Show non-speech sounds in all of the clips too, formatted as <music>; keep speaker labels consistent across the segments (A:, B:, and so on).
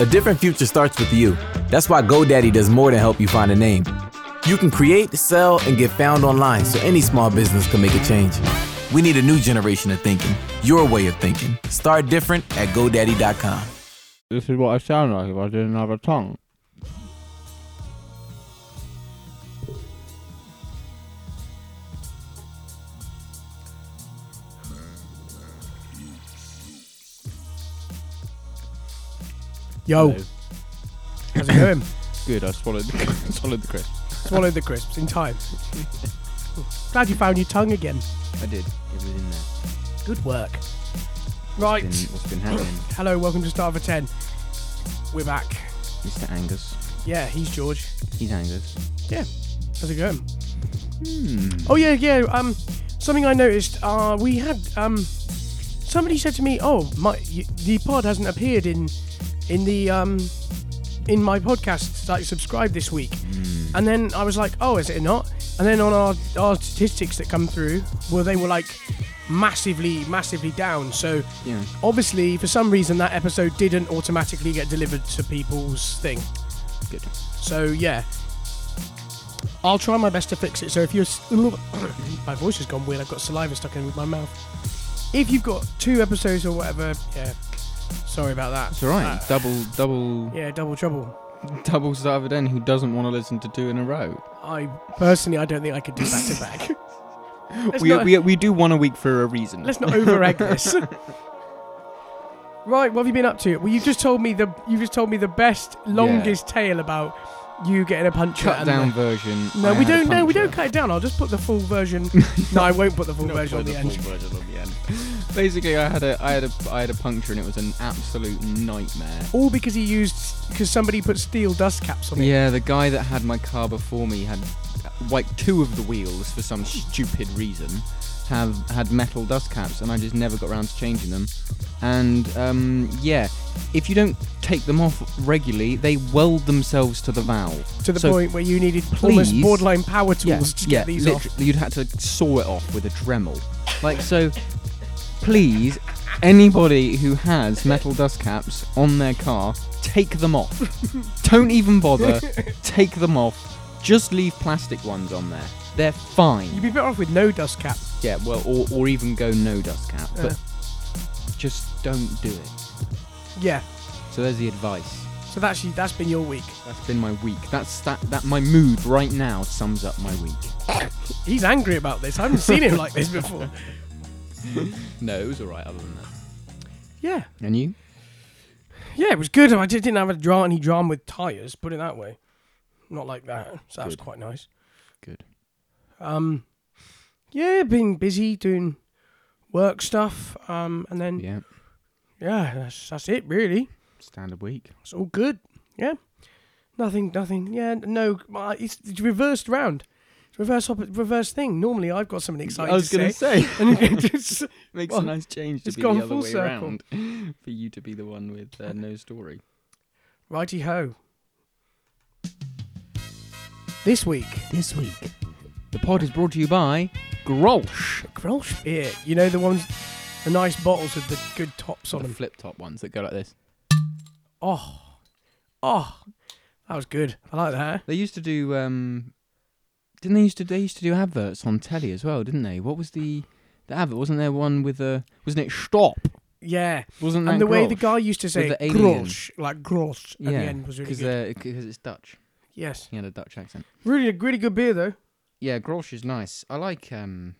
A: A different future starts with you. That's why GoDaddy does more than help you find a name. You can create, sell, and get found online so any small business can make a change. We need a new generation of thinking, your way of thinking. Start different at GoDaddy.com.
B: This is what I sound like if I didn't have a tongue.
C: Yo,
B: Hello.
C: how's it going?
B: Good, I swallowed the, swallowed the crisp. <laughs>
C: Swallowed the crisps in time. Glad you found your tongue again.
D: I did. It was in there.
C: Good work.
D: Been,
C: Right.
D: what's been happening,
C: Hello, welcome to Star for 10. We're back.
D: Mr. Angus?
C: Yeah, he's George.
D: He's Angus. Hmm.
C: Yeah. How's it going? Oh yeah, yeah. Um, something I noticed. Uh, we had um, somebody said to me, "Oh, my y- the pod hasn't appeared in in the um in my podcast that I subscribed this week."
D: Hmm.
C: And then I was like, "Oh, is it not?" And then on our our statistics that come through, well, they were like massively, massively down. So
D: Yeah.
C: obviously, for some reason, that episode didn't automatically get delivered to people's thing.
D: Good.
C: So yeah, I'll try my best to fix it. So if you're, s- <coughs> my voice has gone weird. I've got saliva stuck in with my mouth. If you've got two episodes or whatever, yeah, sorry about that. Uh,
B: It's alright. double, double,
C: Yeah, double trouble.
B: double starved Den who doesn't want to listen to two in a row.
C: I personally, I don't think I could do back to
B: <laughs>
C: back. Let's
B: We,
C: not,
B: we, we do one a week for a reason.
C: let's not over
B: <laughs>
C: egg this. right, what have you been up to? Well, you just told me the you just told me the best, longest tale about you getting a punch
B: Cut down version.
C: No,
B: I
C: we
B: had a
C: don't. No,
B: puncture.
C: we don't cut it down. I'll just put the full
B: <laughs>
C: version. no, I won't put the full
B: Not
C: version on
B: put the
C: the end.
B: full version on the end. <laughs> Basically, I had a, I had a, I had a puncture, and it was an absolute nightmare.
C: All because he used because somebody put steel dust caps on it.
B: Yeah, the guy that had my car before me had like two of the wheels for some stupid reason have had metal dust caps, and I just never got around to changing them. And um, yeah, if you don't take them off regularly, they weld themselves to the valve.
C: To the
B: So-
C: point where you needed almost
B: please-
C: borderline power tools to get these
B: literally, you'd had to saw it off with a Dremel. Like so, please, anybody who has metal dust caps on their car, take them off.
C: <laughs>
B: Don't even bother. Take them off. Just leave plastic ones on there. They're
C: off. You'd
B: fine.
C: be better off with no dust cap.
B: Yeah, well, or, or even go no dust cap,
C: Yeah.
B: but just don't do it.
C: Yeah.
B: So there's the advice.
C: So that's you- that's been your week.
B: That's been my week. That's that that my mood right now sums up my week.
C: He's angry about this. I haven't seen him like this before.
B: <laughs> No, it was alright other than that.
C: Yeah.
B: And you?
C: Yeah, it was good. I just didn't have a dra- any drama with tires. Put it that way. Not like that. So that was
B: Good.
C: quite nice.
B: Good.
C: Um. Yeah, been busy doing work stuff. Um, and then
B: Yeah.
C: yeah, that's, that's it really.
B: Standard week.
C: It's all good. Yeah, nothing, nothing. Yeah, no, uh, it's, it's reversed round. It's reverse, op- reverse thing. Normally, I've got something exciting
B: I was
C: to
B: going to say,
C: <laughs> and it just,
B: makes
C: Well,
B: a nice change to
C: it's
B: be
C: gone
B: the other
C: full
B: way
C: circle.
B: around <laughs> for you to be the one with uh, no story.
C: righty ho. This week,
B: This week, the pod is brought to you by Grolsch.
C: Grolsch beer. You know the ones, the nice bottles with the good tops on
B: the
C: them.
B: flip top ones that go like this.
C: Oh, oh, that was good. I like that.
B: They used to do, um, didn't they used to? They used to do adverts on telly as well, didn't they? What was the the advert? Wasn't there one with a? Wasn't it stop?
C: Yeah,
B: Wasn't that
C: and the way the
B: Mm, Grolsch?
C: guy used to say
B: the alien.
C: Grolsch, like Grolsch at
B: yeah,
C: the end was really
B: cause,
C: good.
B: uh, 'cause it's Dutch.
C: Yes,
B: He had a Dutch accent.
C: really, really good beer though.
B: Yeah, Grolsch is nice. I like um,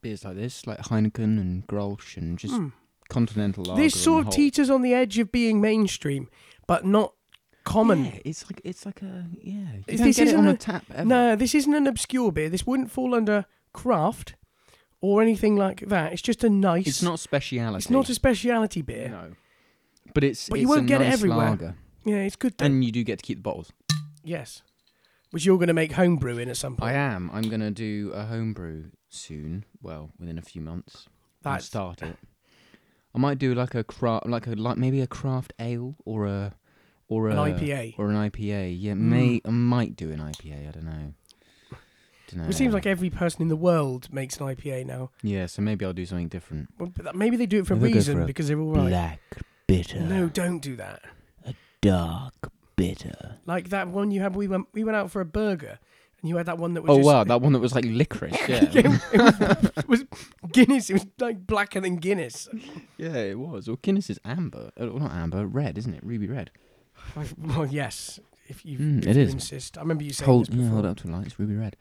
B: beers like this, like Heineken and Grolsch, and just
C: Mm.
B: continental lager.
C: This
B: and
C: sort of
B: whole-
C: teeters on the edge of being mainstream, but not common.
B: Yeah, it's like it's like a yeah. You
C: This
B: don't get it
C: isn't
B: on
C: a-
B: a, tap ever.
C: No, this isn't an obscure beer. This wouldn't fall under craft or anything like that. It's just a nice.
B: it's not speciality.
C: It's not a speciality beer.
B: no. But it's
C: But
B: it's
C: you
B: a
C: won't get it
B: nice
C: everywhere.
B: lager.
C: Yeah, it's good. Though.
B: and you do get to keep the bottles.
C: yes, which you're going to make homebrew in at some
B: I
C: point.
B: am. I'm gonna do a homebrew soon. Well, within a few months. I'll
C: That's
B: start it. I might do like a craft, like a like maybe a craft ale or a or
C: an
B: a
C: IPA.
B: or an IPA. Yeah,
C: Mm.
B: may I might do an IPA. I don't know. Don't know.
C: It seems like every person in the world makes an IPA now.
B: yeah. So maybe I'll do something different.
C: Well, but that- maybe they do it for a
B: They'll go
C: reason
B: for a
C: because they're all right.
B: Black bitter.
C: No, don't do that.
E: dark bitter.
C: Like that one you had. We went we went out for a burger, and you had that one that was.
B: Oh
C: just,
B: wow, that one that was like <laughs> licorice. Yeah,
C: it,
B: <laughs>
C: was, it was <laughs> Guinness. It was like blacker than Guinness.
B: yeah, it was. Well, Guinness is amber. Oh, not amber, red, isn't it? Ruby red.
C: Like, well, yes, if you,
B: Mm,
C: if
B: it
C: you
B: is.
C: insist. I remember you saying
B: Hold,
C: this before.
B: yeah, hold up to the light. It's ruby red.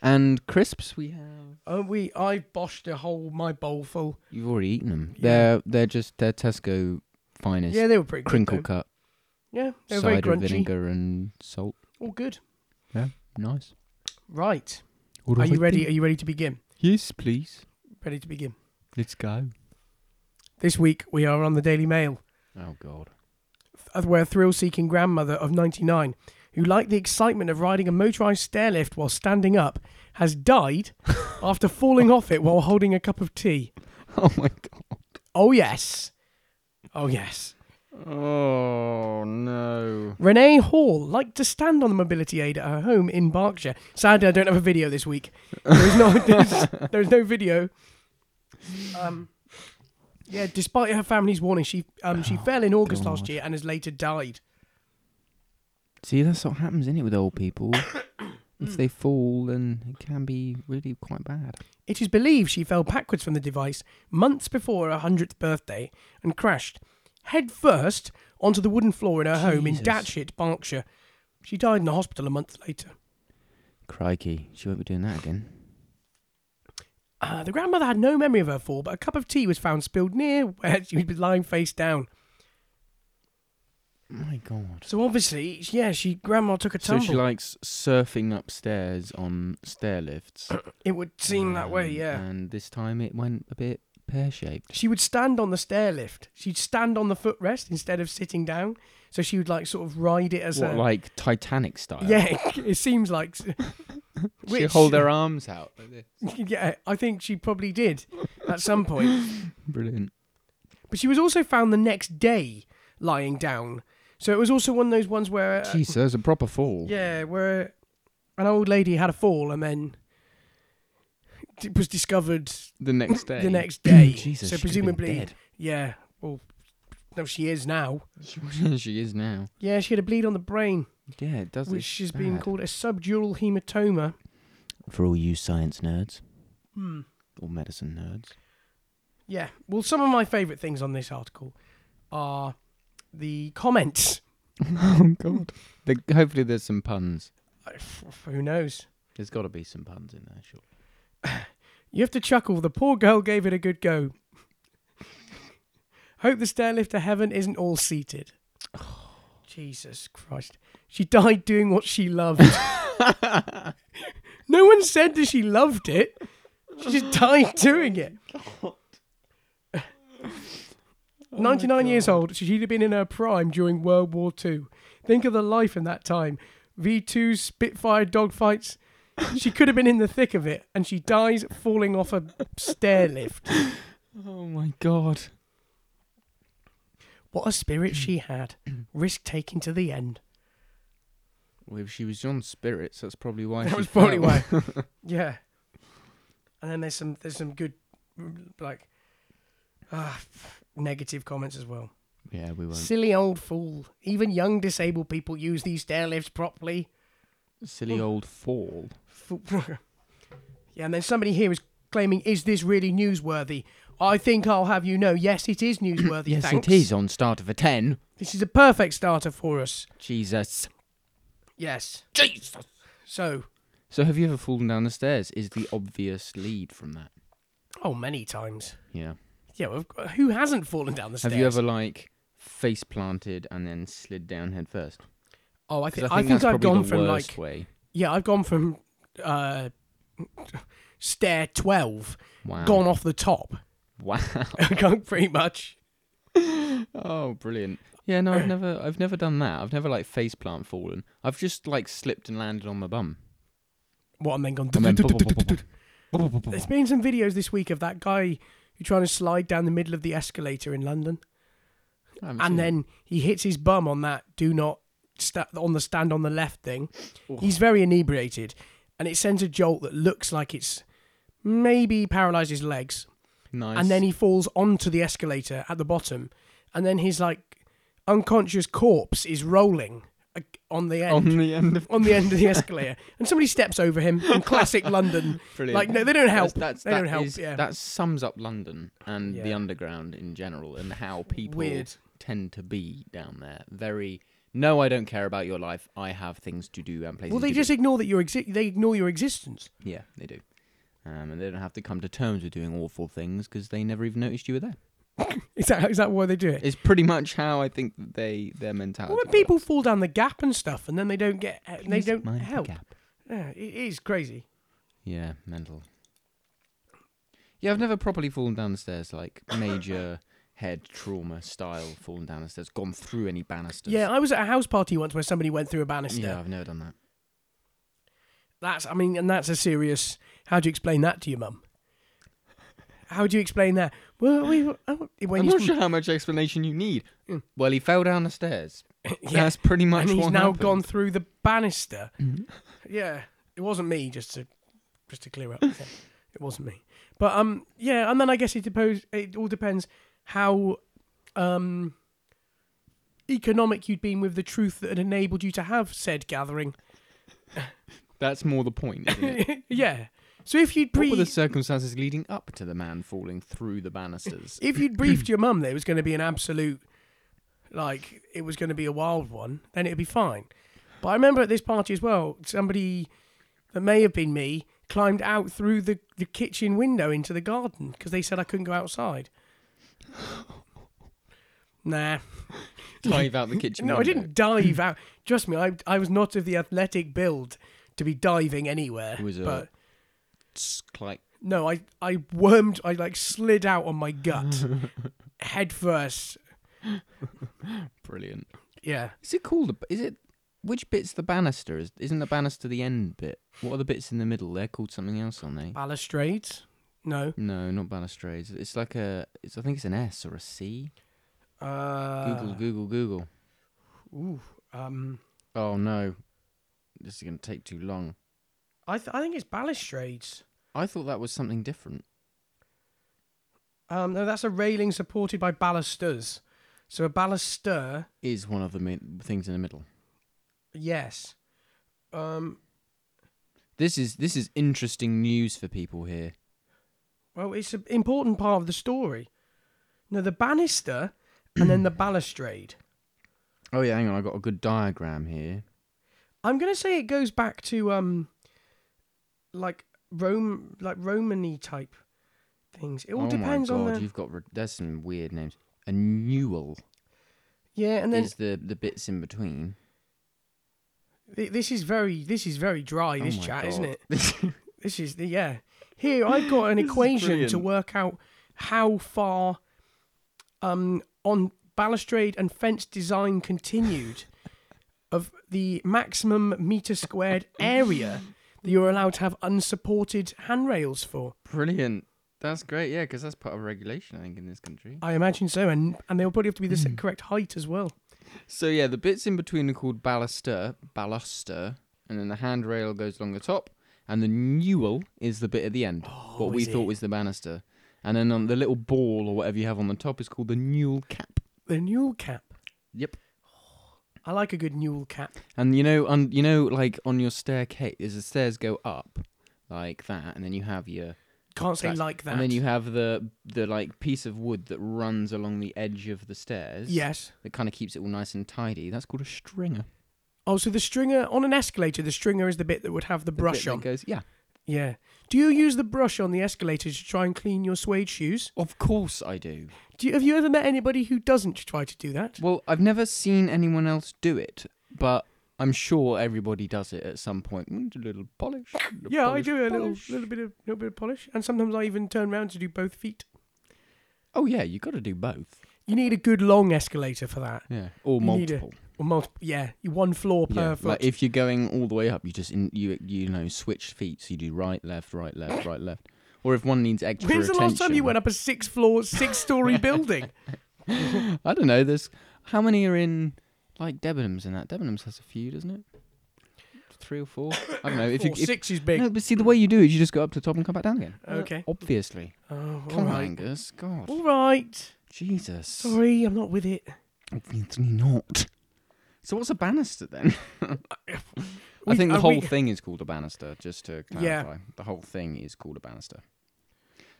B: And crisps we have.
C: Oh, we I boshed a whole my bowl full.
B: You've already eaten them.
C: Yeah.
B: They're they're just they're Tesco finest.
C: Yeah, they were pretty good,
B: crinkle
C: though.
B: cut,
C: Yeah, they were very
B: cider
C: crunchy.
B: vinegar and salt.
C: All good.
B: Nice.
C: Right. Are you ready? Are you ready to begin?
B: Yes, please.
C: Ready to begin.
B: Let's go.
C: This week we are on the Daily Mail,
B: Oh God.
C: th- where a thrill-seeking grandmother of 99, who liked the excitement of riding a motorised stair lift while standing up,
B: <laughs>
C: has died after falling off it while holding a cup of tea.
B: <laughs> Oh my God.
C: Oh yes. Oh yes.
B: Oh no.
C: Renee Hall liked to stand on the mobility aid at her home in Berkshire. Sadly, I don't have a video this week. There is no, <laughs> there's, there's no video. Um, yeah, despite her family's warning, she um, she fell in August last
B: Oh, God.
C: year and has later died.
B: See, that's what happens, isn't it, with old people? if they fall, then it can be really quite bad.
C: It is believed she fell backwards from the device months before her 100th birthday and crashed head first onto the wooden floor in her home in
B: Jesus.
C: Datchet, Berkshire. She died in the hospital a month later.
B: Crikey, she won't be doing that again.
C: Uh, the grandmother had no memory of her fall, but a cup of tea was found spilled near where <laughs> she was lying face down.
B: My God.
C: So obviously, yeah, she grandma took a
B: So
C: tumble.
B: she likes surfing upstairs on stair lifts.
C: it would seem that way,
B: Um,
C: yeah.
B: And this time it went a bit pear shaped.
C: She would stand on the stair lift. She'd stand on the footrest instead of sitting down. So she would like sort of ride it as
B: What,
C: a
B: like Titanic style?
C: <laughs> yeah. It, it seems
B: <laughs>
C: like
B: She
C: which-
B: hold her arms out. Like this.
C: <laughs> yeah. I think she probably did at some point.
B: Brilliant.
C: But she was also found the next day lying down. So it was also one of those ones where uh,
B: Jesus, a proper fall.
C: Yeah, where an old lady had a fall and then it was discovered
B: The next day.
C: the next day.
B: <coughs> Jesus,
C: so
B: she could've been
C: presumably, yeah. Well, no, she is now.
B: dead. <laughs> she is now.
C: Yeah, she had a bleed on the brain,
B: Yeah, it does.
C: which has been
B: bad.
C: called a subdural hematoma.
E: For all you science nerds
C: Hmm.
E: or medicine nerds.
C: Yeah. Well, some of my favourite things on this article are the comments.
B: <laughs>
C: <laughs>
B: oh God. The, hopefully, there's some puns.
C: Uh, f- Who knows?
B: There's got to be some puns in there, sure.
C: You have to chuckle. The poor girl gave it a good go. Hope the stairlift to heaven isn't all seated. Jesus Christ. She died doing what she loved. no one said that she loved it. She just died doing it. 99 years old, she'd have been in her prime during World War II. Think of the life in that time. V2 Spitfire dogfights. She could have been in the thick of it, and she dies falling off a stair lift.
B: Oh my God.
C: What a spirit she had. Risk taking to the end.
B: Well, if she was on spirits, that's probably why.
C: That
B: she
C: was probably
B: fell.
C: why. yeah. And then there's some there's some good like ah, negative comments as well.
B: <laughs> yeah, we won't.
C: Silly old fool. Even young disabled people use these stair lifts properly.
B: Silly old fall.
C: Fool- <laughs> yeah, and then somebody here is claiming, is this really newsworthy? I think I'll have you know, yes, it is
B: <clears throat>
C: newsworthy.
B: Yes,
C: thanks.
B: it is on start of a ten.
C: This is a perfect starter for us.
B: Jesus.
C: Yes. Jesus. So,
B: So, have you ever fallen down the stairs? Is the obvious lead from that?
C: oh, many times.
B: Yeah.
C: Yeah, well, who hasn't fallen down the stairs?
B: Have you ever like face planted and then slid down head first?
C: Oh, I
B: 'Cause
C: think I think,
B: that's
C: I've
B: probably
C: gone
B: the
C: from
B: worst
C: like
B: way.
C: yeah, I've gone from uh, stair twelve,
B: Wow.
C: gone off the top, <laughs>
B: Wow.
C: gone pretty much.
B: oh, brilliant. Yeah,
C: <coughs>
B: no, I've never, I've never done that. I've never like face plant fallen. I've just like slipped and landed on my bum.
C: What <laughs> and then gone.
B: And then
C: <laughs>
B: <laughs>
C: There's been some videos this week of that guy who trying to slide down the middle of the escalator in London,
B: I haven't seen
C: and
B: it.
C: then he hits his bum on that do not sta on the stand on the left thing. He's very inebriated, and it sends a jolt that looks like it's maybe paralysed his legs.
B: nice.
C: and then he falls onto the escalator at the bottom, and then his like unconscious corpse is rolling uh, on the end.
B: <laughs> on the end of
C: <laughs> on the end of the escalator, and somebody steps over him
B: <laughs>
C: in classic London.
B: brilliant.
C: Like, no, they don't help.
B: That's, that's,
C: They
B: that
C: don't help,
B: is-
C: yeah.
B: That sums up London and the
C: Yeah.
B: underground in general and how people
C: Weird.
B: tend to be down there. Very no, I don't care about your life. I have things to do and places.
C: Well, they
B: to
C: just
B: do.
C: ignore that you exi- They ignore your existence.
B: yeah, they do, um, and they don't have to come to terms with doing awful things because they never even noticed you were there.
C: Is that is that why they do it?
B: It's pretty much how I think that they their mentality.
C: Well, when people fall down the gap and stuff, and then they don't get, uh, they
B: Please
C: don't
B: mind the
C: help.
B: gap.
C: Yeah, it is crazy.
B: Yeah, mental. Yeah, I've never properly fallen down the stairs, like major <laughs> head trauma style fallen down the stairs, gone through any banisters.
C: Yeah, I was at a house party once where somebody went through a banister.
B: yeah, I've never done that.
C: That's, I mean, and that's a serious. How do you explain that to your mum? How do you explain that? Well, we oh, when
B: I'm
C: you
B: not sure how much explanation you need.
C: Mm.
B: Well, he fell down the stairs.
C: <laughs> Yeah.
B: That's pretty much
C: and he's
B: what
C: now
B: happened. Mm.
C: gone through the banister. Yeah, it wasn't me. Just to just to clear up, <laughs> Yeah, it wasn't me. But um, yeah, and then I guess it depends. It all depends how um economic you'd been with the truth that had enabled you to have said gathering. <laughs>
B: That's more the point, isn't it?
C: yeah. So if you'd
B: what were the
C: pre-
B: circumstances leading up to the man falling through the
C: <laughs>
B: banisters?
C: if you'd briefed your mum that it was going to be an absolute, like it was going to be a wild one, then it'd be fine. But I remember at this party as well, somebody that may have been me climbed out through the, the kitchen window into the garden because they said I couldn't go outside. <laughs> Nah,
B: Dive out the kitchen.
C: no, I
B: window.
C: didn't dive out. Trust me, I I was not of the athletic build to be diving anywhere.
B: It was a-
C: but
B: It's like
C: no, I I wormed. I like slid out on my gut, head first.
B: brilliant.
C: Yeah.
B: Is it called? a- Is it? Which bit's the banister? Is- Isn't the banister the end bit? What are the bits in the middle? They're called something else, aren't they?
C: Balustrades? No.
B: No, not balustrades. It's like a. It's, I think it's an S or a C.
C: Uh,
B: Google, Google, Google.
C: Ooh. Um.
B: Oh no, this is gonna take too long.
C: I th- I think it's balustrades.
B: I thought that was something different.
C: Um. No, that's a railing supported by balusters. So a baluster.
B: Is one of the mi- things in the middle.
C: Yes. Um.
B: This is this is interesting news for people here.
C: Well, it's an important part of the story. No, the banister, and then
B: <clears throat>
C: the balustrade.
B: Oh yeah, hang on. I got a good diagram here.
C: I'm gonna say it goes back to um, like Rome, like Romany type things. It all
B: oh
C: depends
B: my god,
C: on the
B: you've got re- there's some weird names. A newel
C: yeah, and then
B: is the the bits in between.
C: Th- This is very this is very dry. This
B: Oh my
C: chat,
B: God.
C: isn't it? this is the yeah. Here I've got
B: <laughs>
C: an equation to
B: brilliant.
C: work out how far um, on balustrade and fence design continued of the maximum meter squared area that you're allowed to have unsupported handrails for.
B: <laughs> Brilliant. That's great. Yeah, because that's part of regulation, I think, in this country.
C: I imagine so, and and they'll probably have to be the
B: Hmm.
C: s- correct height as well.
B: So yeah, the bits in between are called baluster, baluster, and then the handrail goes along the top, and the newel is the bit at the end, what we
C: is
B: thought
C: it?
B: was the banister, and then um, the little ball or whatever you have on the top is called the newel cap.
C: The newel cap.
B: Yep.
C: I like a good newel cap.
B: And you know, on you know, like on your staircase, as the stairs go up, like that, and then you have your
C: Can't say
B: That's-
C: like that.
B: and then you have the the like piece of wood that runs along the edge of the stairs.
C: yes.
B: That kind of keeps it all nice and tidy. That's called a stringer.
C: Oh, so the stringer on an escalator, the stringer is the bit that would have the
B: The bit
C: brush
B: that
C: on.
B: goes, yeah.
C: Yeah. Do you use the brush on the escalator to try and clean your suede shoes?
B: Of course I do.
C: Do you, have you ever met anybody who doesn't try to do that?
B: Well, I've never seen anyone else do it, but I'm sure everybody does it at some point. Mm, A little polish. a little
C: yeah, I
B: polish,
C: do a little,
B: polish.
C: little bit of little bit of polish, and sometimes I even turn round to do both feet.
B: Oh yeah, you got to do both.
C: You need a good long escalator for that,
B: Yeah, or
C: You need a-
B: multiple.
C: or multiple. Yeah, you- one floor per
B: Yeah,
C: foot.
B: like if you're going all the way up, you just in, you you know switch feet, so you do right, left, right, left, right, left. Or if one needs extra
C: When's the
B: attention,
C: last time you went up a six floor, six
B: <laughs>
C: story building?
B: I don't know. There's how many are in like Debenhams and that. Debenhams has a few, doesn't it? Three or four. I don't know. If
C: Four,
B: you if,
C: Oh, six
B: <laughs>
C: is big.
B: no, but see the way you do it, you just go up to the top and come back down
C: <laughs>
B: again.
C: Okay.
B: Obviously.
C: Oh, all
B: Come on,
C: right.
B: Angus. God.
C: All right.
B: Jesus.
C: Sorry, I'm not with it.
D: Obviously not.
B: So what's a banister then? <laughs> I
C: We-
B: think the
C: uh,
B: whole
C: we-
B: thing is called a banister, just to
C: Yeah.
B: clarify. The whole thing is called a banister.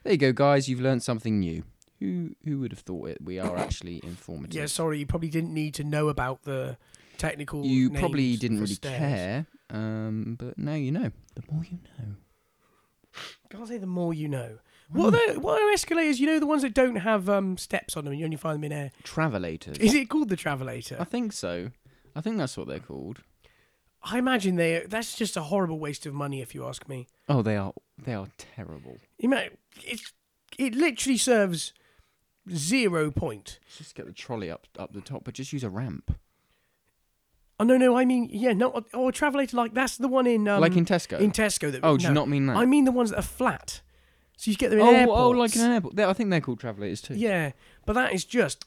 B: There you go, guys. You've learned something new. Who who would have thought it? We are actually informative.
C: Yeah, sorry, you probably didn't need to know about the technical.
B: you
C: names
B: probably didn't
C: for
B: really
C: stairs.
B: care, um, but now you know.
D: The more you know.
C: Can't say the more you know.
B: Hmm.
C: What are, the, what are escalators? You know the ones that don't have um, steps on them, and you only find them in air.
B: Travelators.
C: Is it called the
B: I
C: travelator?
B: think so. I think that's what they're called.
C: I imagine they. That's just a horrible waste of money, if you ask me.
B: Oh, they are they are terrible.
C: You know, it's it literally serves zero point.
B: Just get the trolley up up the top, but just use a ramp,
C: Oh no, no, I mean yeah, no, or a travelator like that's the one in um,
B: like in Tesco.
C: in Tesco. That,
B: oh, do you
C: no.
B: not mean that?
C: I mean the ones that are flat, so you get them in
B: oh,
C: airports.
B: oh, like in an airport. They- I think they're called travelators too.
C: Yeah, but that is just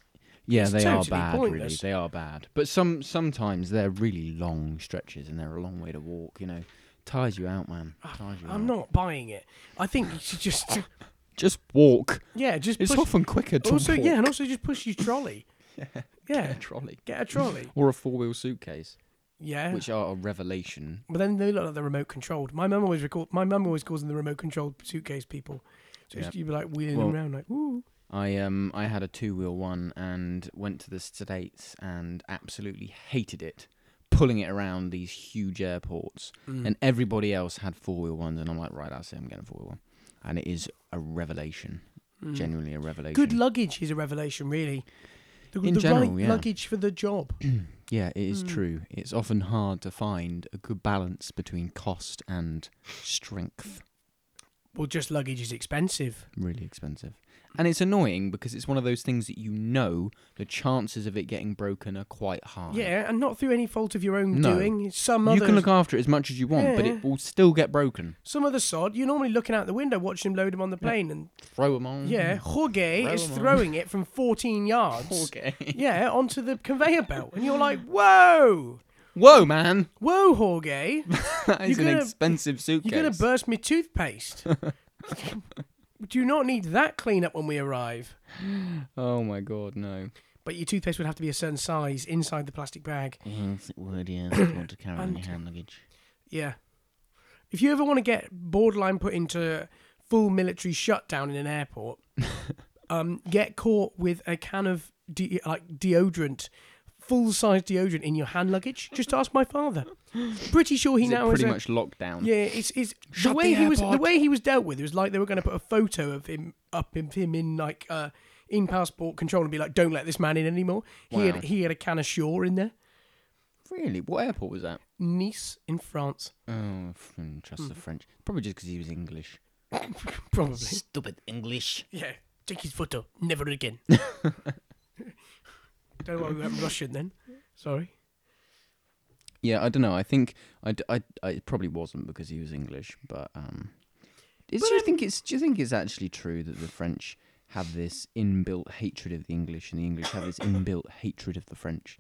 B: Yeah,
C: It's
B: they are
C: totally
B: bad. Really,
C: pointless.
B: they are bad. But some sometimes they're really long stretches and they're a long way to walk. You know, tires you out, man.
C: Ah,
B: Tires you
C: I'm
B: out.
C: not buying it. I think you
B: <laughs>
C: should just
B: Just walk.
C: yeah, just
B: It's
C: push.
B: often quicker to
C: also,
B: walk.
C: yeah, and also just push
B: <laughs>
C: your trolley. yeah,
B: a trolley
C: get a trolley.
B: or a four wheel suitcase,
C: Yeah,
B: which are a revelation.
C: but then they look like they're remote controlled. My mum always recall. My mum always calls them the remote controlled suitcase people. So
B: Yeah.
C: you'd be like wheeling
B: Well-
C: them around like ooh.
B: I um I had a two wheel one and went to the states and absolutely hated it, pulling it around these huge airports.
C: Mm.
B: And everybody else had four wheel ones, and I'm like, right, that's it. I'm getting a four wheel one, and it is a revelation. Genuinely a revelation.
C: Mm. Good luggage is a revelation, really. The,
B: In
C: the
B: general,
C: right
B: yeah.
C: luggage for the job.
B: <clears throat> Yeah, it is
C: Mm.
B: true. It's often hard to find a good balance between cost and strength.
C: Well, just luggage is expensive.
B: Really expensive. And it's annoying because it's one of those things that you know the chances of it getting broken are quite high.
C: Yeah, and not through any fault of your own
B: Oh, No.
C: doing. Some
B: You
C: other
B: can look after it as much as you want, but
C: Yeah.
B: it will still get broken.
C: some other sod. You're normally looking out the window watching him load them on the plane, and
B: Throw them on. <laughs>
C: yeah, Jorge
B: Mm-hmm. Throw
C: is
B: 'em on.
C: throwing it
B: <laughs>
C: from 14 yards.
B: Okay.
C: Yeah, onto the conveyor belt, and you're like, "Whoa,
B: Whoa, man! <laughs>
C: whoa, Jorge,
B: That is
C: You're
B: an
C: gonna-
B: expensive suitcase.
C: you're gonna burst
B: <laughs>
C: my toothpaste. Do not need that cleanup when we arrive."
B: oh my god, no.
C: But your toothpaste would have to be a certain size inside the plastic bag.
E: Yes, it would,
C: <coughs>
E: yes. If you want to carry on your hand luggage.
C: Yeah. If you ever want to get borderline put into full military shutdown in
B: <laughs>
C: an airport, um, get caught with a can of de- like deodorant, full size deodorant in your hand luggage. Just ask my father. Pretty sure he
B: Is it
C: now
B: pretty
C: is.
B: much locked down.
C: A, yeah, it's, it's the
B: Shut
C: way
B: the
C: he was the
B: airport.
C: way he was dealt with. It was like they were going to put a photo of him up of him in like uh, in passport control and be like, "Don't let this man in anymore." He
B: Wow.
C: had he had a can of Shaw in there.
B: Really? What airport was that?
C: Nice in France, <laughs>
B: Oh, f- mm, trust
C: Hmm.
B: the French. Probably just because he was English.
C: probably.
E: Stupid English.
C: Yeah, take his photo. Never
B: <laughs>
C: again. Don't worry, we went Russian then. Sorry.
B: Yeah, I don't know. I think I, d- I, I- it probably wasn't because he was English, but um, is, do you think it's do you think it's actually true that the French have this inbuilt hatred of the English and the English have this inbuilt hatred of the French?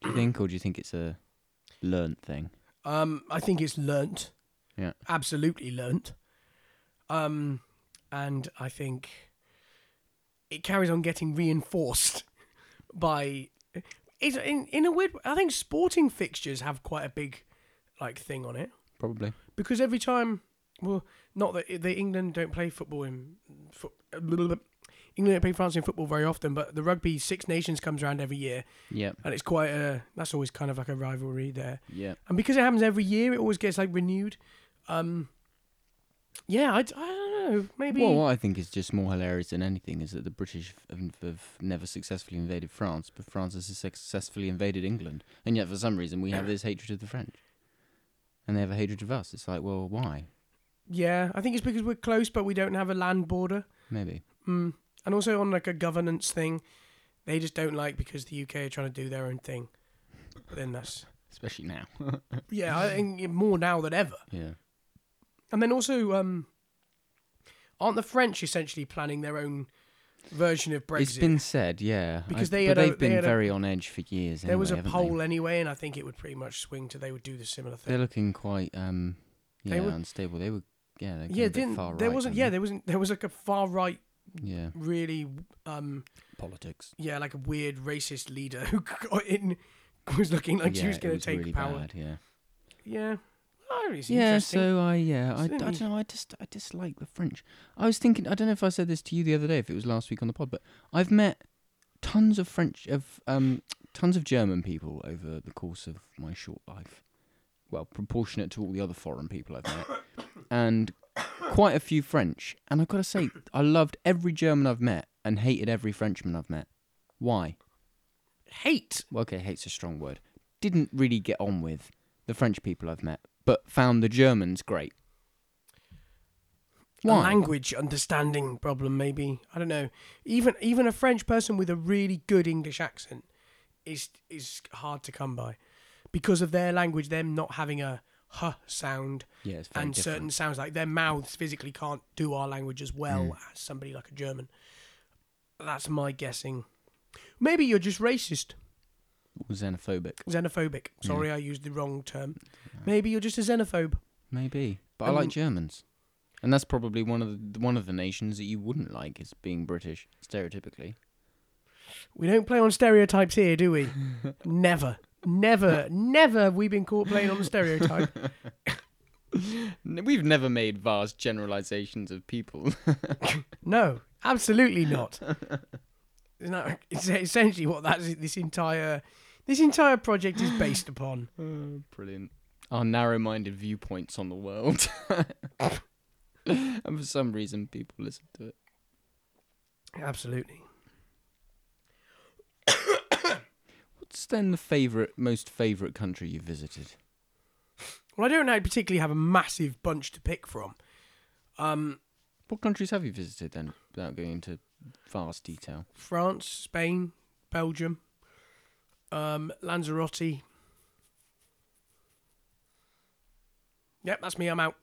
B: Do you think, or do you think it's a learned thing?
C: Um, I think it's learnt.
B: Yeah.
C: Absolutely learnt. Um, and I think it carries on getting reinforced <laughs> by. It's in in a weird. I think sporting fixtures have quite a big, like, thing on it.
B: Probably.
C: because every time, well, not that the England don't play football in foot, a little bit. England don't play France in football very often, but the rugby Six Nations comes around every year,
B: Yeah.
C: and it's quite a that's always kind of like a rivalry there.
B: Yeah.
C: And because it happens every year, it always gets like renewed. Um, yeah, I, d- I don't know. Maybe
B: Well, what I think is just more hilarious than anything is that the British have, have never successfully invaded France, but France has successfully invaded England, and yet for some reason we have this hatred of the French, and they have a hatred of us. It's like, well, why?
C: yeah, I think it's because we're close, but we don't have a land border.
B: Maybe.
C: Mm. And also on like a governance thing, they just don't like because the UK are trying to do their own thing. But then that's
B: Especially now.
C: yeah, I think more now than ever.
B: Yeah.
C: And then also, um, aren't the French essentially planning their own version of <laughs> Brexit?
B: It's been said, yeah.
C: Because
B: I-
C: they
B: but
C: had a-
B: they've
C: they
B: been
C: had a-
B: very on edge for years.
C: there was a
B: anyway, haven't
C: poll anyway, and I think it would pretty much swing to they would do the similar
B: They? are
C: thing.
B: looking quite, um, yeah,
C: They were-
B: unstable. They were, yeah, they're
C: Yeah,
B: a bit
C: didn't
B: far right.
C: there wasn't
B: aren't
C: yeah
B: they?
C: <laughs> there wasn't there was like a far right
B: yeah.
C: really um
B: politics.
C: yeah, like a weird racist leader who <laughs> got in was looking like she
E: Yeah,
C: was
E: it
C: going to take
E: really
C: power.
E: Bad, yeah.
C: Yeah, I really see.
B: Yeah,
C: interesting.
B: so I yeah, I, I
C: Isn't it
B: don't know. I just I dislike the French. I was thinking. I don't know if I said this to you the other day, if it was last week on the pod, but I've met tons of French of um tons of German people over the course of my short life. Well, proportionate to all the other foreign people I've met, and quite a few French. And I've got to say, I loved every German I've met and hated every Frenchman I've met. Why?
C: hate.
B: well, okay, hate's a strong word. Didn't really get on with the French people I've met, but found the Germans great.
C: A
B: Why?
C: language understanding problem, maybe. I don't know. Even even a French person with a really good English accent is is hard to come by because of their language. Them not having a huh sound
B: Yeah, it's very
C: and certain
B: different.
C: sounds like their mouths physically can't do our language as well
B: Mm.
C: as somebody like a German. That's my guessing. Maybe you're just racist,
B: Or xenophobic,
C: xenophobic.
B: Mm.
C: Sorry, I used the wrong term. Maybe you're just a xenophobe.
B: maybe. But I,
C: Um,
B: like Germans, and that's probably one of the one of the nations that you wouldn't like is being British stereotypically.
C: We don't play on stereotypes here, do
B: <laughs>
C: we? never. Never, never have we been caught playing on a stereotype.
B: <laughs> N- We've never made vast generalizations of people. <laughs>
C: No, absolutely not. Isn't that it's essentially what that's this entire this entire project is
B: <laughs>
C: based upon?
B: Brilliant. Our narrow-minded viewpoints on the world, <laughs> and for some reason, people listen to it.
C: Absolutely.
B: What's then the favorite, most favorite country you visited?
C: Well, I don't know, particularly have a massive bunch to pick from. Um,
B: What countries have you visited then, without going into vast detail?
C: France, Spain, Belgium, um, Lanzarote. Yep, that's me. I'm out.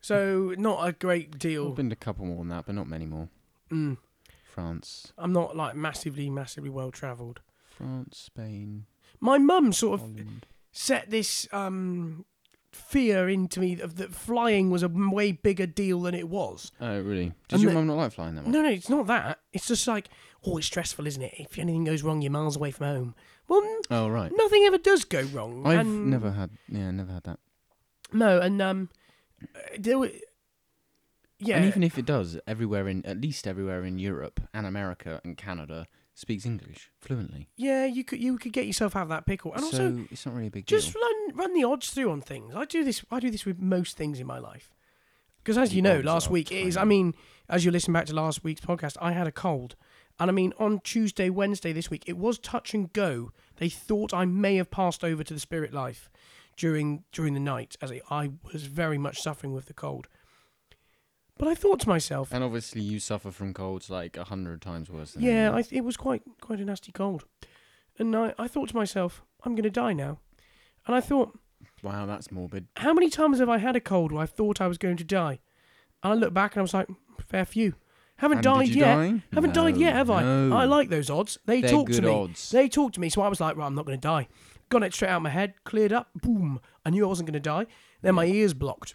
C: So not a great
B: I've
C: deal.
B: been to a couple more than that, but not many more.
C: Mm,
B: France,
C: I'm not like massively, massively well travelled.
B: France, Spain,
C: My mum sort of
B: Holland.
C: set this um, fear into me of that flying was a way bigger deal than it was.
B: Oh, really? Does
C: And
B: your
C: the-
B: mum not like flying that much?
C: No, no, it's not that. It's just like, oh, it's stressful, isn't it? If anything goes wrong, you're miles away from home. Well, n-
B: Oh, right.
C: nothing ever does go wrong.
B: I've
C: and-
B: never had, yeah, never had that.
C: No, and um, uh, there were, yeah,
B: And even if it does, everywhere in, at least everywhere in Europe and America and Canada speaks English fluently.
C: yeah, you could you could get yourself out of that pickle, and
B: so
C: also
B: it's not really a big
C: just
B: deal.
C: run run the odds through on things. I do this I do this with most things in my life. Because as
B: The
C: you know,
B: odds
C: last
B: are
C: week it is. I
B: tiny.
C: mean, as you listen back to last week's podcast, I had a cold, and I mean on Tuesday, Wednesday this week, it was touch and go. They thought I may have passed over to the spirit life during during the night, as I- I was very much suffering with the cold. But I thought to myself,
B: And obviously, you suffer from colds like a hundred times worse than
C: yeah,
B: anyone.
C: I, it was quite quite a nasty cold, and I, I thought to myself, I'm going to die now, and I thought,
B: Wow, that's morbid.
C: how many times have I had a cold where I thought I was going to die? And I look back and I was like, fair few. Haven't
B: And did
C: died
B: you
C: yet.
B: die?
C: Haven't died
B: No,
C: yet, have
B: no.
C: I? I like those odds. They
B: They're
C: talk to
B: good
C: me.
B: odds.
C: They talk to me. So I was like, right, I'm not going to die. Got it straight out of my head, cleared up, boom. I knew I wasn't going to die. Then my ears blocked.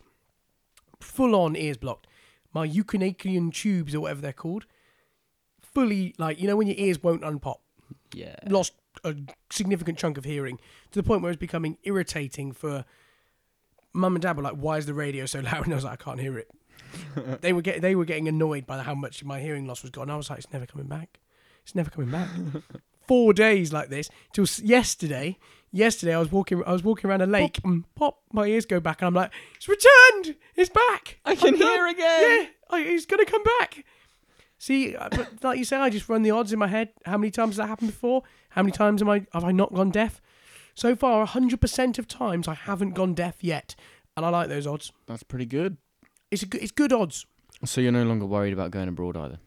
C: Full on ears blocked. My euchinacian tubes or whatever they're called. Fully, like, you know, when your ears won't unpop
B: Yeah.
C: lost a significant chunk of hearing to the point where it's becoming irritating for mum and dad were like why is the radio so loud <laughs> and i was like i
B: <laughs>
C: can't hear it they were get, they were getting annoyed by how much my hearing loss was gone i was like it's never coming back it's never
B: <laughs>
C: coming back four days like this till s- yesterday yesterday i was walking i was walking around a lake and pop my ears go back and i'm like it's returned it's back
B: I can
C: I'm done.
B: hear again.
C: yeah I, it's gonna come back See, uh, but like you say, I just run the odds in my head. How many times has that happened before? How many times am I have I not gone deaf? So far, hundred percent of times I haven't gone deaf yet, and I like those odds.
B: That's pretty good.
C: It's a good, it's good odds.
B: So you're no longer worried about going abroad either.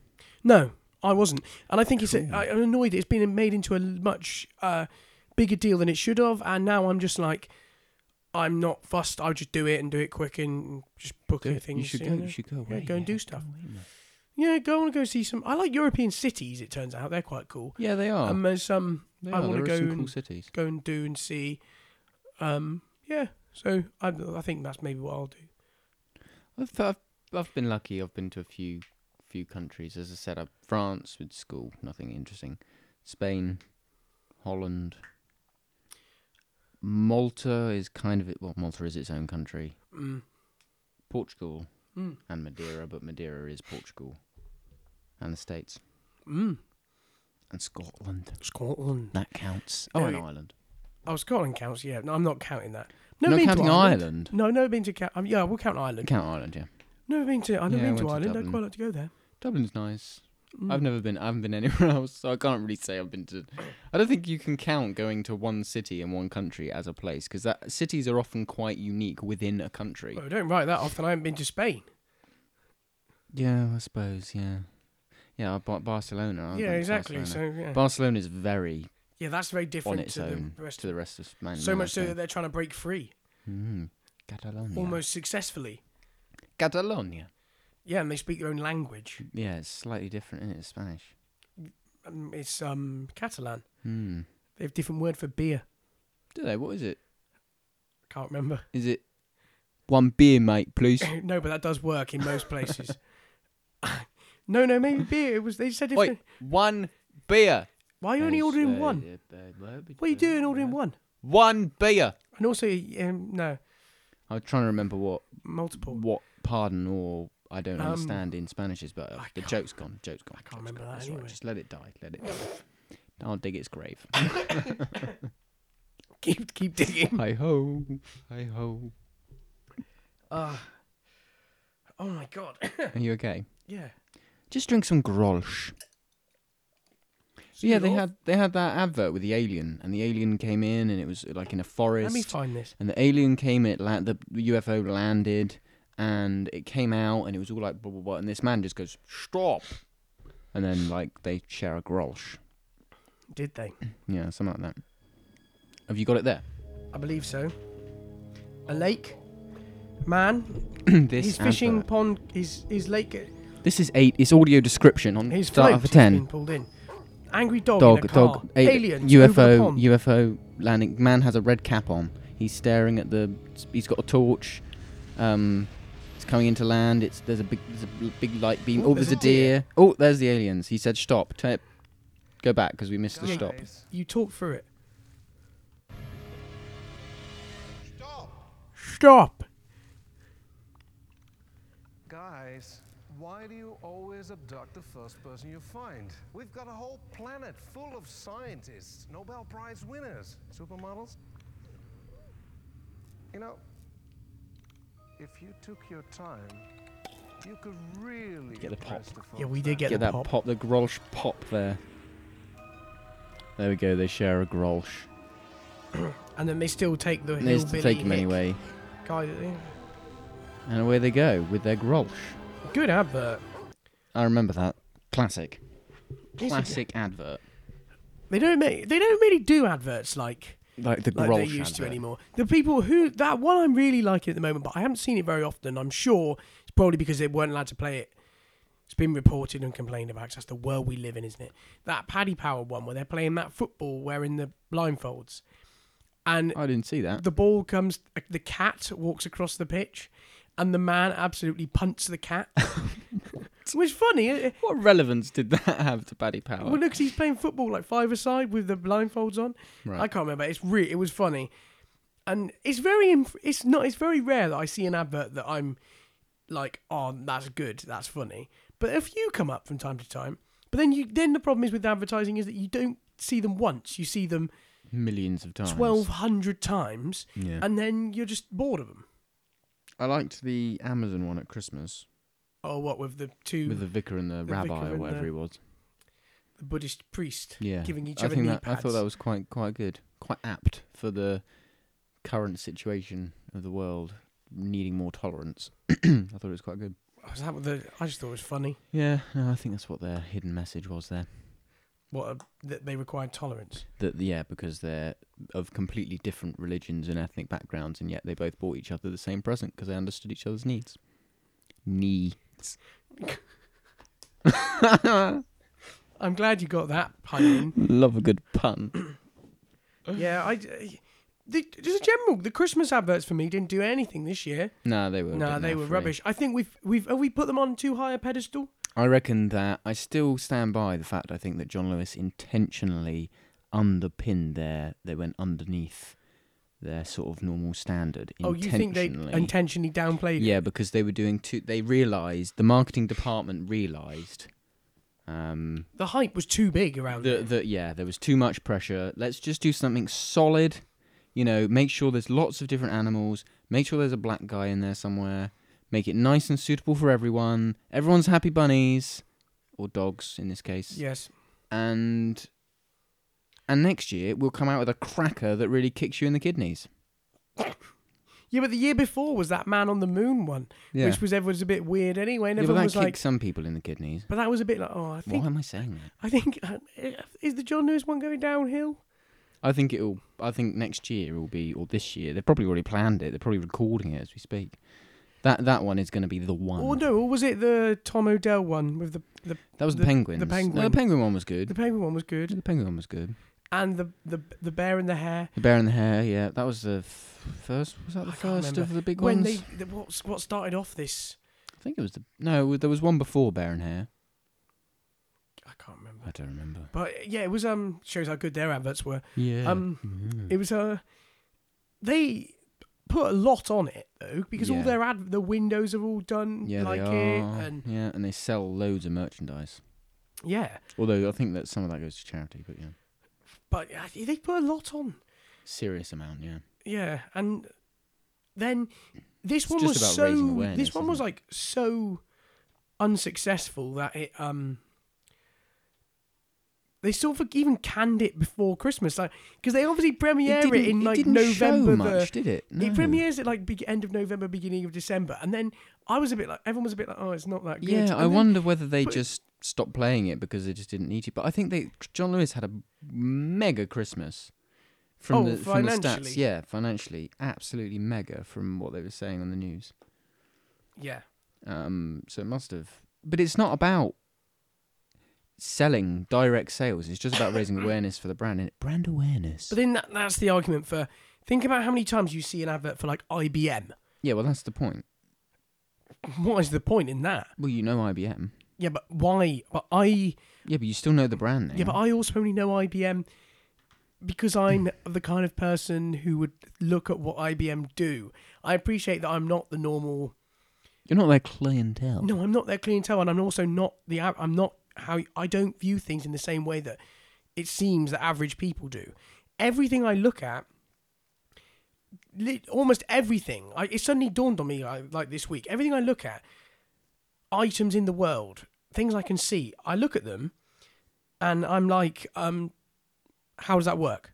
C: No, I wasn't, and I think it's a, I, I'm annoyed that it's been made into a much uh, bigger deal than it should have, and now I'm just like, I'm not fussed. I'll just do it and do it quick and just book it. Things
B: you should
C: you
B: go.
C: know?
B: You should go
C: Yeah,
B: away.
C: go and do stuff. Yeah, go and go see some. I like European cities. It turns out they're quite cool.
B: Yeah, they are.
C: And there's um,
B: they
C: I
B: are.
C: wanna
B: There are
C: go
B: some cool
C: and-
B: cities.
C: go and do and see. Um, yeah, so I, I think that's maybe what I'll do.
B: I've, I've, I've been lucky. I've been to a few few countries. As I said, I, France with school, nothing interesting. Spain, Holland, Malta is kind of it. Well, Malta is its own country.
C: Mm.
B: Portugal
C: Mm.
B: and Madeira, but Madeira is Portugal, and the States
C: Mm.
B: and Scotland.
C: Scotland.
B: That counts. Oh, and
C: No,
B: Ireland.
C: Oh, Scotland counts. Yeah, no, I'm not counting that.
B: No,
C: been to
B: counting
C: Ireland.
B: Ireland.
C: No, never been to. Ca- um, yeah, we'll count Ireland.
B: Count Ireland, yeah.
C: Never been to. I've never
B: Yeah, I
C: been to
B: went to
C: Ireland. I'd
B: Dublin.
C: quite like to go there.
B: Dublin's nice.
C: Mm.
B: I've never been. I haven't been anywhere <laughs> else, so I can't really say I've been to. I don't think you can count going to one city in one country as a place because that cities are often quite unique within a country.
C: Well, don't write that off. And I haven't been to Spain.
B: Yeah, I suppose. Yeah, yeah. I bought Barcelona. I
C: yeah,
B: went to
C: exactly.
B: Barcelona.
C: So yeah.
B: Barcelona is very
C: yeah, that's very
B: on
C: different
B: its
C: to
B: own
C: the rest.
B: to the rest of Spain.
C: so much so that they're trying to break free
B: mm, Catalonia.
C: almost successfully.
B: Catalonia.
C: Yeah, and they speak their own language.
B: Yeah, it's slightly different, isn't it? Spanish.
C: Um, it's um Catalan.
B: Hmm.
C: They have a different word for beer.
B: Do they? What is it?
C: Can't remember.
B: Is it one beer, mate,
C: <laughs>
B: please?
C: no, but that does work in most places. <laughs> no, no, maybe beer. It was. They said different.
B: Wait, one beer.
C: Why are you only ordering one? What are you doing ordering one?
B: One beer.
C: And also, um, no,
B: I was trying to remember what
C: multiple.
B: what pardon or I don't
C: Um,
B: understand in Spanish is, but uh,
C: I
B: the
C: can't-
B: joke's gone. Joke's gone.
C: can't
B: joke's
C: remember
B: gone.
C: that
B: That's
C: anyway.
B: Right, just let it die. Let it. die. I'll dig its grave.
C: <laughs> Keep keep
B: <laughs>
C: digging.
B: hi ho, hi ho. Ah.
C: Uh, oh my god. <laughs>
B: Are you okay?
C: yeah.
B: Just drink some grolsch. Yeah, they
C: Sure.
B: had they had that advert with the alien, and the alien came in, and it was like in a forest.
C: Let me find this.
B: and the alien came it la- the UFO landed and it came out and it was all like blah blah blah and this man just goes stop and then like they share a grolsch
C: Did they?
B: yeah something like that have you got <clears throat> it there
C: I believe so. A lake. Man,
B: this
C: his fishing
B: advert.
C: pond, his his lake,
B: this is eight it's audio description on
C: his
B: start
C: float
B: of a
C: has been
B: 10
C: pulled in. Angry dog, in
B: dog
C: a car.
B: dog a-
C: aliens over the
B: UFO
C: pond.
B: UFO landing man has a red cap on he's staring at the he's got a torch um it's coming into land it's there's a big there's a big light beam
C: Ooh,
B: oh there's, a deer. oh there's the aliens he said stop turn it go back because we missed the
C: Yeah.
B: stop
C: You talk through it. Stop. Stop.
F: Guys, why do you always abduct the first person you find? We've got a whole planet full of scientists, Nobel Prize winners, supermodels. You know, if you took your time, you could really
B: Get the pop.
F: impress The
C: Yeah, we
F: folks
C: did
F: out
C: get,
B: get
C: the
B: that pop. the grolsch pop there there we go they share a grolsch
C: and then they still take the
B: and they
C: hillbilly
B: take him
C: hick
B: anyway
C: guy that they-
B: and away they go with their grolsch
C: Good advert.
B: I remember that classic
C: a-
B: classic advert
C: They don't make, they don't really do adverts like
B: like the
C: like they used to anymore. The people who that one I'm really liking at the moment, but I haven't seen it very often. I'm sure it's probably because they weren't allowed to play it. It's been reported and complained about. 'cause that's the world we live in, isn't it? That Paddy Power one where they're playing that football wearing the blindfolds, and
B: I didn't see that.
C: the ball comes. The cat walks across the pitch, and the man absolutely punts
B: <laughs>
C: the cat. It was funny. eh?
B: What relevance did that <laughs> have to Paddy Power?
C: Well, no, 'cause he's playing football like five aside with the blindfolds on.
B: Right.
C: I can't remember. It's re- it was funny, and it's very inf- it's not it's very rare that I see an advert that I'm like, oh, that's good, that's funny. But a few come up from time to time. But then you then the problem is with advertising is that you don't see them once. You see them
B: Millions of times.
C: twelve hundred times,
B: Yeah.
C: and then you're just bored of them.
B: I liked the Amazon one at Christmas
C: Oh, what with the two
B: with the vicar and the,
C: The vicar
B: rabbi or
C: and
B: whatever
C: the-
B: he was.
C: the Buddhist priest
B: Yeah.
C: giving each
B: I
C: other
B: think
C: knee
B: that,
C: pads.
B: I thought that was quite quite good, quite apt for the current situation of the world needing more tolerance. <clears throat> I thought it was quite good.
C: Was that what the, I just thought it was funny.
B: Yeah, no, I think that's what their hidden message was there.
C: What a, that they required tolerance.
B: That yeah, because they're of completely different religions and ethnic backgrounds, and yet they both bought each other the same present because they understood each other's needs. Knee.
C: I'm glad you got that pun in.
B: Love a good pun.
C: <laughs>
B: <coughs>
C: yeah, I. uh, The, just a general, the Christmas adverts for me didn't do anything this year.
B: no, they were. a
C: no,
B: bit
C: they were
B: naff, really.
C: rubbish. I think we've we've have we put them on too high a pedestal.
B: I reckon that I still stand by the fact I think that John Lewis intentionally underpinned their they went underneath their sort of normal standard
C: Oh, you think they
B: intentionally.
C: intentionally downplayed it?
B: yeah, because they were doing too. They realised the marketing department realised um,
C: The hype was too big around
B: that
C: it.
B: that yeah there was too much pressure. Let's just do something solid. You know, make sure there's lots of different animals. Make sure there's a black guy in there somewhere. Make it nice and suitable for everyone. Everyone's happy bunnies or dogs in this case
C: Yes.
B: and and next year we'll come out with a cracker that really kicks you in the kidneys.
C: Yeah, but the year before was that Man on the Moon one,
B: Yeah,
C: which was everyone's a bit weird anyway, and
B: yeah but
C: everyone
B: that
C: was
B: kicks
C: like.
B: some people in the kidneys.
C: But that was a bit like, oh, I think,
B: Why am I saying that?
C: I think, <laughs> uh, is the John Lewis one going downhill?
B: I think it'll. I think next year will be, or this year. They've probably already planned it. They're probably recording it as we speak. That that one is going to be the one.
C: Or no, or was it the Tom O'Dell one with the the
B: that was the,
C: the- the
B: penguins. No,
C: penguin.
B: the penguin one was
C: the
B: good.
C: penguin one was good,
B: The penguin one was good.
C: and the the the bear and the hare.
B: The bear and the hare. Yeah, that was the f- first. Was that the
C: I can't
B: first
C: remember.
B: of the big
C: When
B: ones?
C: they the, what what started off this,
B: I think it was the. No, there was one before bear and hare.
C: I can't remember.
B: I don't remember.
C: But yeah, it was um shows how good their adverts were.
B: Yeah. Mm-hmm.
C: Um, It was uh they put a lot on it though because all
B: Yeah.
C: their ad the windows are all done
B: Yeah,
C: like
B: they
C: it
B: are.
C: and
B: yeah, and they sell loads of merchandise.
C: yeah,
B: Although I think that some of that goes to charity, but yeah,
C: but uh, they put a lot on.
B: serious amount. Yeah,
C: Yeah, and then this
B: It's
C: one
B: just
C: was
B: about
C: so
B: raising awareness,
C: this one
B: isn't
C: was
B: it?
C: like so unsuccessful that it um they sort of even canned it before Christmas, like because they obviously premiere it, in like
B: didn't
C: November.
B: show
C: the-
B: much, did it? No.
C: It premieres at like be- end of November, beginning of December, and then I was a bit like everyone was a bit like, oh, it's not that good.
B: Yeah,
C: And
B: I
C: then-
B: wonder whether they
C: but it-
B: just stopped playing it because they just didn't need to. But I think they John Lewis had a mega Christmas from
C: Oh,
B: the from the stats.
C: financially.
B: Yeah, financially, absolutely mega from what they were saying on the news.
C: Yeah,
B: Um, so it must have. But it's not about selling direct sales. It's just about
C: <coughs>
B: raising awareness for the brand. And brand awareness.
C: but then that, that's the argument for think about how many times you see an advert for like IBM.
B: yeah, well, that's the point.
C: What is the point in that?
B: Well, you know IBM.
C: Yeah, but why? But I
B: Yeah, but you still know the brand name.
C: Yeah, but I also only know IBM because I'm the kind of person who would look at what IBM do. I appreciate that I'm not the normal.
B: you're not their clientele.
C: No, I'm not their clientele, and I'm also not the. av- I'm not how I don't view things in the same way that it seems that average people do. Everything I look at, li- almost everything, I, it suddenly dawned on me I, like this week. Everything I look at, items in the world, things I can see, I look at them, and I'm like, um, how does that work?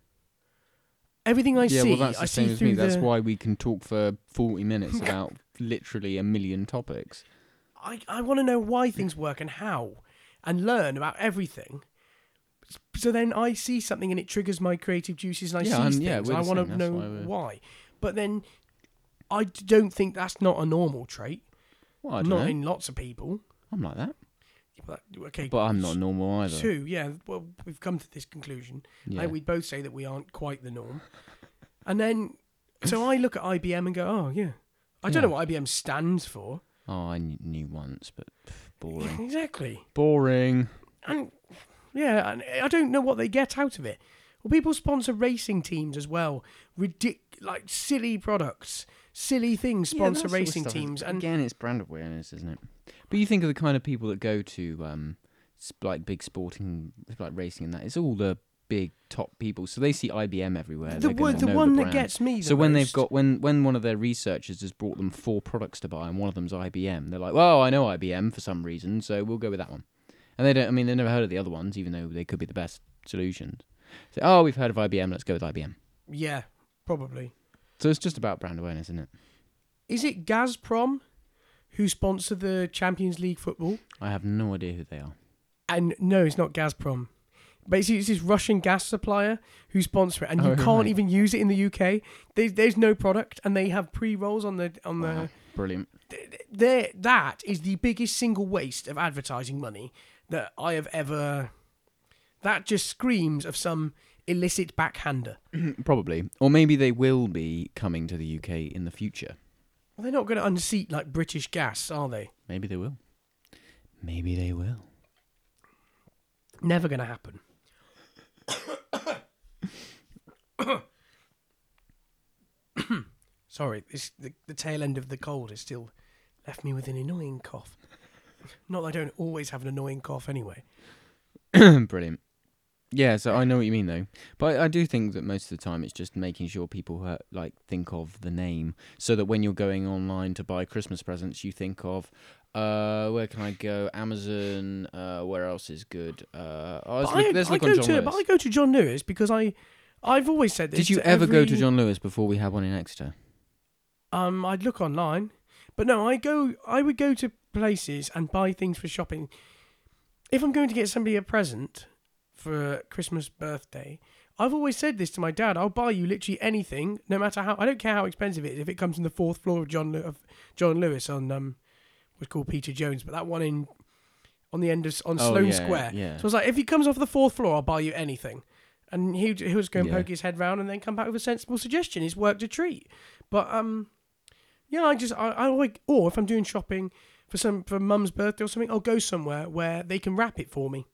C: Everything I
B: yeah,
C: see,
B: well, that's the
C: I
B: same
C: see
B: as
C: through
B: me. That's
C: the.
B: why we can talk for 40 minutes
C: <laughs>
B: about literally a million topics.
C: I, I want to know why things work and how and learn about everything. So then I see something and it triggers my creative juices and I
B: Yeah,
C: see
B: I'm-
C: things.
B: yeah, we're
C: and I
B: the
C: want
B: same,
C: to
B: that's
C: know
B: why
C: why,
B: we're-
C: But then I d- don't think that's not a normal trait.
B: Well, I don't
C: not
B: know.
C: in lots of people.
B: I'm like that.
C: But, okay.
B: But I'm not normal either.
C: Two, yeah. Well, we've come to this conclusion.
B: Yeah.
C: Like we both say that we aren't quite the norm. And then, so I look at IBM and go, oh, yeah. I don't
B: Yeah.
C: know what IBM stands for.
B: Oh, I kn- knew once, but pff,
C: <laughs>
B: boring.
C: Exactly.
B: boring.
C: and yeah, and I don't know what they get out of it. Well, people sponsor racing teams as well. Ridic- like silly products, silly things sponsor racing teams, and
B: again, it's brand awareness, isn't it? But you think of the kind of people that go to um, s- like big sporting, like racing, and that. It's all the big top people, so they see IBM everywhere.
C: the
B: They're
C: one,
B: gonna
C: the
B: know
C: one that
B: brand.
C: gets me. The
B: So when they've
C: most-
B: got when when one of their researchers has brought them four products to buy and one of them's IBM, they're like, "Well, I know IBM for some reason, so we'll go with that one." And they don't. I mean, they never heard of the other ones, even though they could be the best solutions. So, oh, we've heard of IBM. Let's go with IBM.
C: yeah, probably
B: So it's just about brand awareness, isn't it?
C: is it Gazprom who sponsor the Champions League football?
B: I have no idea who they are.
C: And no, it's not Gazprom. Basically, it's this Russian gas supplier who sponsor it, and you
B: Oh,
C: can't
B: right.
C: even use it in the UK. There's, there's no product, and they have pre rolls on the on the.
B: Wow, brilliant.
C: there that is the biggest single waste of advertising money that I have ever that just screams of some illicit backhander.
B: Probably, or maybe they will be coming to the UK in the future.
C: Well, they're not going to unseat like British gas, are they?
B: Maybe they will.
D: Maybe they will.
C: Never going to happen. <coughs> Sorry, this, the, the tail end of the cold has still left me with an annoying cough. Not that I don't always have an annoying cough anyway.
B: Brilliant. Yeah, so I know what you mean though, but I, I do think that most of the time it's just making sure people uh, like think of the name, so that when you're going online to buy Christmas presents, you think of, uh, where can I go? Amazon. Uh, where else is good? Uh, oh, let's
C: But
B: look,
C: I,
B: let's
C: I
B: look
C: go
B: on John
C: to, but
B: Lewis.
C: I go to John Lewis because I, I've always said this.
B: Did you ever go to
C: every-
B: John Lewis before we had one in Exeter?
C: Um, I'd look online, but no, I go. I would go to places and buy things for shopping. If I'm going to get somebody a present for Christmas, birthday, I've always said this to my dad. I'll buy you literally anything, no matter how. I don't care how expensive it is. If it comes from the fourth floor of John Lew- of John Lewis on um, was called Peter Jones, but that one in on the end of on
B: Oh,
C: Sloane
B: yeah,
C: Square.
B: yeah.
C: So I was like, if he comes off the fourth floor, I'll buy you anything. And he he was going to
B: Yeah.
C: poke his head round and then come back with a sensible suggestion. It's worked a treat. But um, yeah, I just I, I like or if I'm doing shopping for some for mum's birthday or something, I'll go somewhere where they can wrap it for me.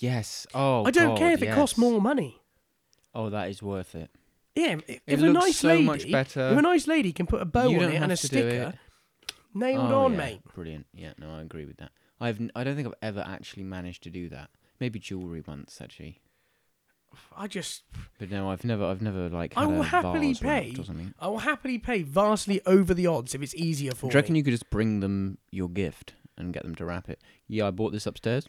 B: Yes. Oh,
C: I don't
B: God,
C: care if it costs
B: yes.
C: more money.
B: Oh, that is worth it.
C: Yeah, if, if a
B: looks
C: nice
B: so
C: lady,
B: much better.
C: if a nice lady can put a bow
B: You
C: on
B: don't
C: it
B: have
C: and a
B: to do
C: sticker,
B: it.
C: nailed
B: Oh,
C: on,
B: yeah.
C: mate.
B: Brilliant. Yeah, no, I agree with that. I've n- I don't think I've ever actually managed to do that. Maybe jewelry once actually,
C: I just
B: but no, I've never I've never like.
C: I
B: had
C: will
B: a
C: happily
B: vase wrapped
C: pay.
B: Or something.
C: I will happily pay vastly over the odds if it's easier for
B: Do you reckon
C: me.
B: you could just bring them your gift and get them to wrap it? Yeah, I bought this upstairs.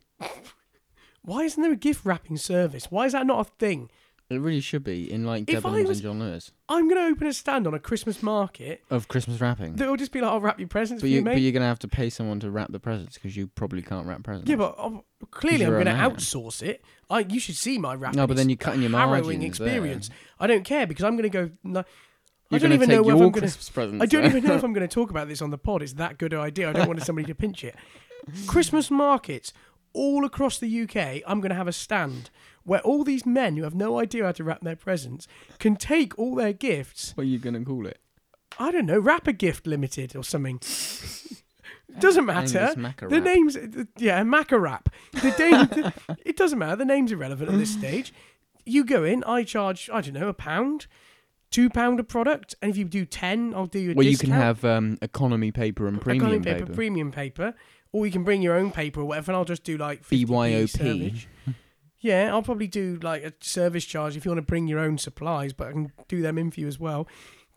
C: Why isn't there a gift wrapping service? Why is that not a thing?
B: It really should be in like
C: If I
B: Debenhams
C: was-
B: and John Lewis
C: I'm gonna open a stand on a Christmas market
B: of Christmas wrapping.
C: that will just be like, I'll wrap your presents
B: but
C: for you,
B: you
C: mate.
B: but you're gonna have to pay someone to wrap the presents because you probably can't wrap presents.
C: Yeah, but i clearly I'm
B: you're a
C: going to
B: man.
C: outsource it. I, you should see my wrapping.
B: No, but then
C: It's
B: you're cutting your
C: a harrowing
B: margins there.
C: experience. I don't care because I'm going to go. No, I
B: You're
C: don't
B: gonna
C: even know
B: take
C: whether
B: your
C: I'm going
B: Christmas presents
C: I don't
B: there.
C: even know
B: <laughs>
C: if I'm going to talk about this on the pod. It's that good an idea. I don't want somebody to pinch it. Christmas markets all across the UK. I'm going to have a stand where all these men who have no idea how to wrap their presents can take all their gifts.
B: What are you gonna call it?
C: I don't know, Rapper Gift Limited
B: <laughs>
C: or something. doesn't matter.
B: it's Maca
C: The
B: Wrap.
C: name's yeah, Maca Wrap. The
B: <laughs>
C: name, it doesn't matter. The name's irrelevant at this stage. You go in. I charge. I don't know, a pound, two pound a product, and if you do ten, I'll do you a
B: Well, you can
C: discount.
B: have um, economy paper and premium
C: Economy paper, premium paper, or you can bring your own paper or whatever, and I'll just do like 50p service.
B: BYOP.
C: Yeah, I'll probably do like a service charge if you want to bring your own supplies, but I can do them in for you as well.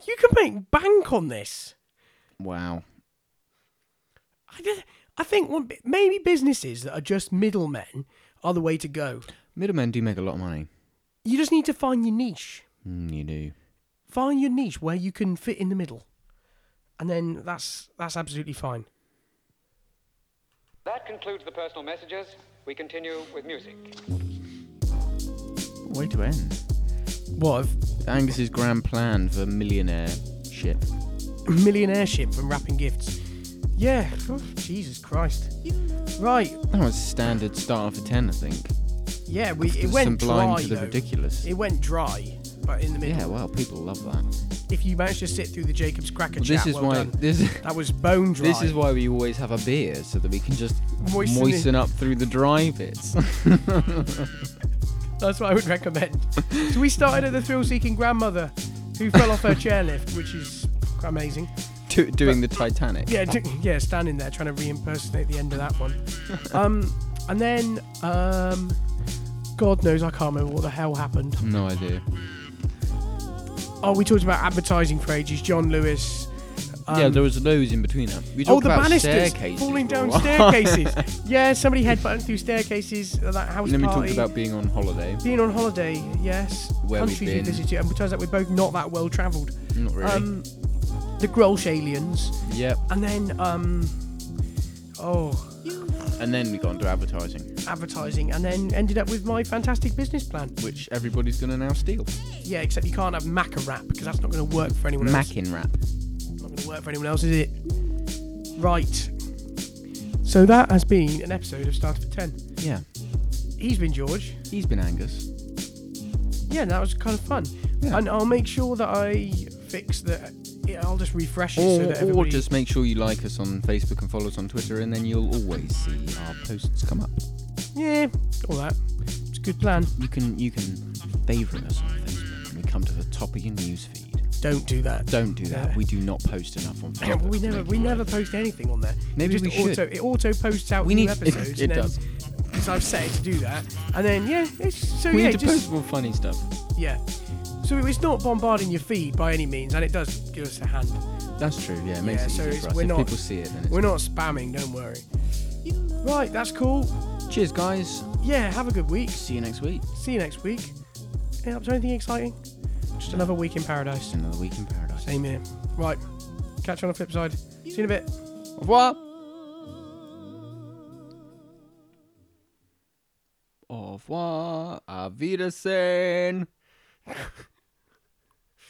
C: You can make bank on this.
B: Wow.
C: I, don't- I think one, bi- maybe businesses that are just middlemen are the way to go.
B: Middlemen do make a lot of money.
C: You just need to find your niche.
B: Mm, you do.
C: Find your niche where you can fit in the middle, and then that's that's absolutely fine.
G: That concludes the personal messages. We continue with music.
B: Way to end.
C: What <clears throat>
B: Angus's grand plan for millionaire ship.
C: a millionaire ship from wrapping gifts? Yeah, oh, Jesus Christ. Right,
B: That was standard start for ten, I think.
C: yeah, we it went
B: blind
C: dry
B: to the
C: though.
B: ridiculous.
C: It went dry, but in the middle.
B: Yeah, well, people love that. Well,
C: If you managed to sit through the Jacob's Cracker
B: this
C: chat,
B: is
C: well
B: why
C: done.
B: this
C: that was bone dry.
B: this is why we always have a beer so that we can just
C: Moisten
B: moisten,
C: it.
B: up through the dry bits. <laughs>
C: That's what I would recommend. so we started at the thrill-seeking grandmother who fell off her chairlift, which is amazing.
B: Do- doing the Titanic.
C: Yeah, d- yeah, standing there trying to re-impersonate the end of that one. Um, and then, um, God knows I can't remember what the hell happened.
B: No idea.
C: Oh, we talked about advertising for ages. John Lewis. Um,
B: yeah, there was loads in between that. We
C: Oh,
B: talked
C: the
B: about
C: banisters
B: staircases
C: falling
B: for a
C: down
B: while. <laughs>
C: staircases. yeah, somebody headbutted through staircases at that house
B: And then we
C: party.
B: talked about being on holiday.
C: being on holiday. Yes,
B: Where we've
C: countries we
B: been.
C: visited, and we turns out we're both not that well travelled.
B: Not really.
C: um, the Grolsch aliens,
B: yep.
C: and then um, oh,
B: And then we got into advertising,
C: advertising, and then ended up with my fantastic business plan.
B: which everybody's gonna now steal.
C: Yeah, except you can't have Maca wrap because that's not going to work for anyone else.
B: Mackin wrap.
C: Not going to work for anyone else, is it? Right. So that has been an episode of Starter for Ten.
B: Yeah.
C: He's been George.
B: He's been Angus.
C: Yeah, that was kind of fun.
B: Yeah.
C: And I'll make sure that I fix the. Yeah, I'll just refresh it so
B: Or,
C: that
B: or
C: everybody.
B: just make sure you like us on Facebook and follow us on Twitter, and then you'll always see our posts come up.
C: Yeah, all that. It's a good plan.
B: You can you can favourite us on Facebook when we come to the top of your news feed.
C: Don't do that.
B: Don't do that.
C: Yeah.
B: We do not post enough on
C: Yeah,
B: Facebook.
C: well, we
B: to
C: never
B: make
C: we
B: you
C: never
B: aware.
C: post anything on there.
B: Maybe
C: it just
B: we should.
C: Auto, it auto posts out
B: We
C: new
B: need- it-
C: episodes.
B: it
C: and then-
B: does.
C: So I've set it to do that, and then yeah, it's, so
B: We
C: yeah,
B: need to
C: just
B: post more funny stuff.
C: yeah. So it's not bombarding your feed by any means, and it does give us a hand.
B: That's true. Yeah, it makes
C: Yeah,
B: it
C: so
B: easier
C: it's-
B: for us.
C: we're
B: If
C: not-
B: people see it, then it's
C: We're not spamming, don't worry. Right, that's cool.
B: Cheers, guys.
C: Yeah, have a good week.
B: See you next week.
C: See you next week. Yeah, up to anything exciting? Just another week in paradise.
B: Another week in paradise.
C: Same here. Right, catch you on the flip side. See you in a bit.
B: Au revoir. Au revoir. Auf Wiedersehen. <laughs>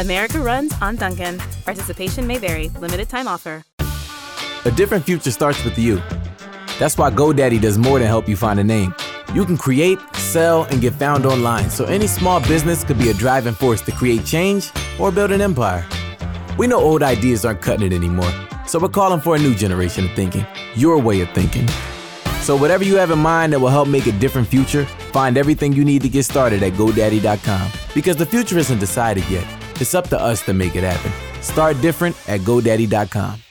H: America runs on Dunkin'. Participation may vary, limited time offer.
A: A different future starts with you. That's why GoDaddy does more than help you find a name. You can create, sell, and get found online, so any small business could be a driving force to create change or build an empire. We know old ideas aren't cutting it anymore, so we're calling for a new generation of thinking, your way of thinking. So, whatever you have in mind that will help make a different future, find everything you need to get started at GoDaddy.com. Because the future isn't decided yet, it's up to us to make it happen. Start different at GoDaddy.com.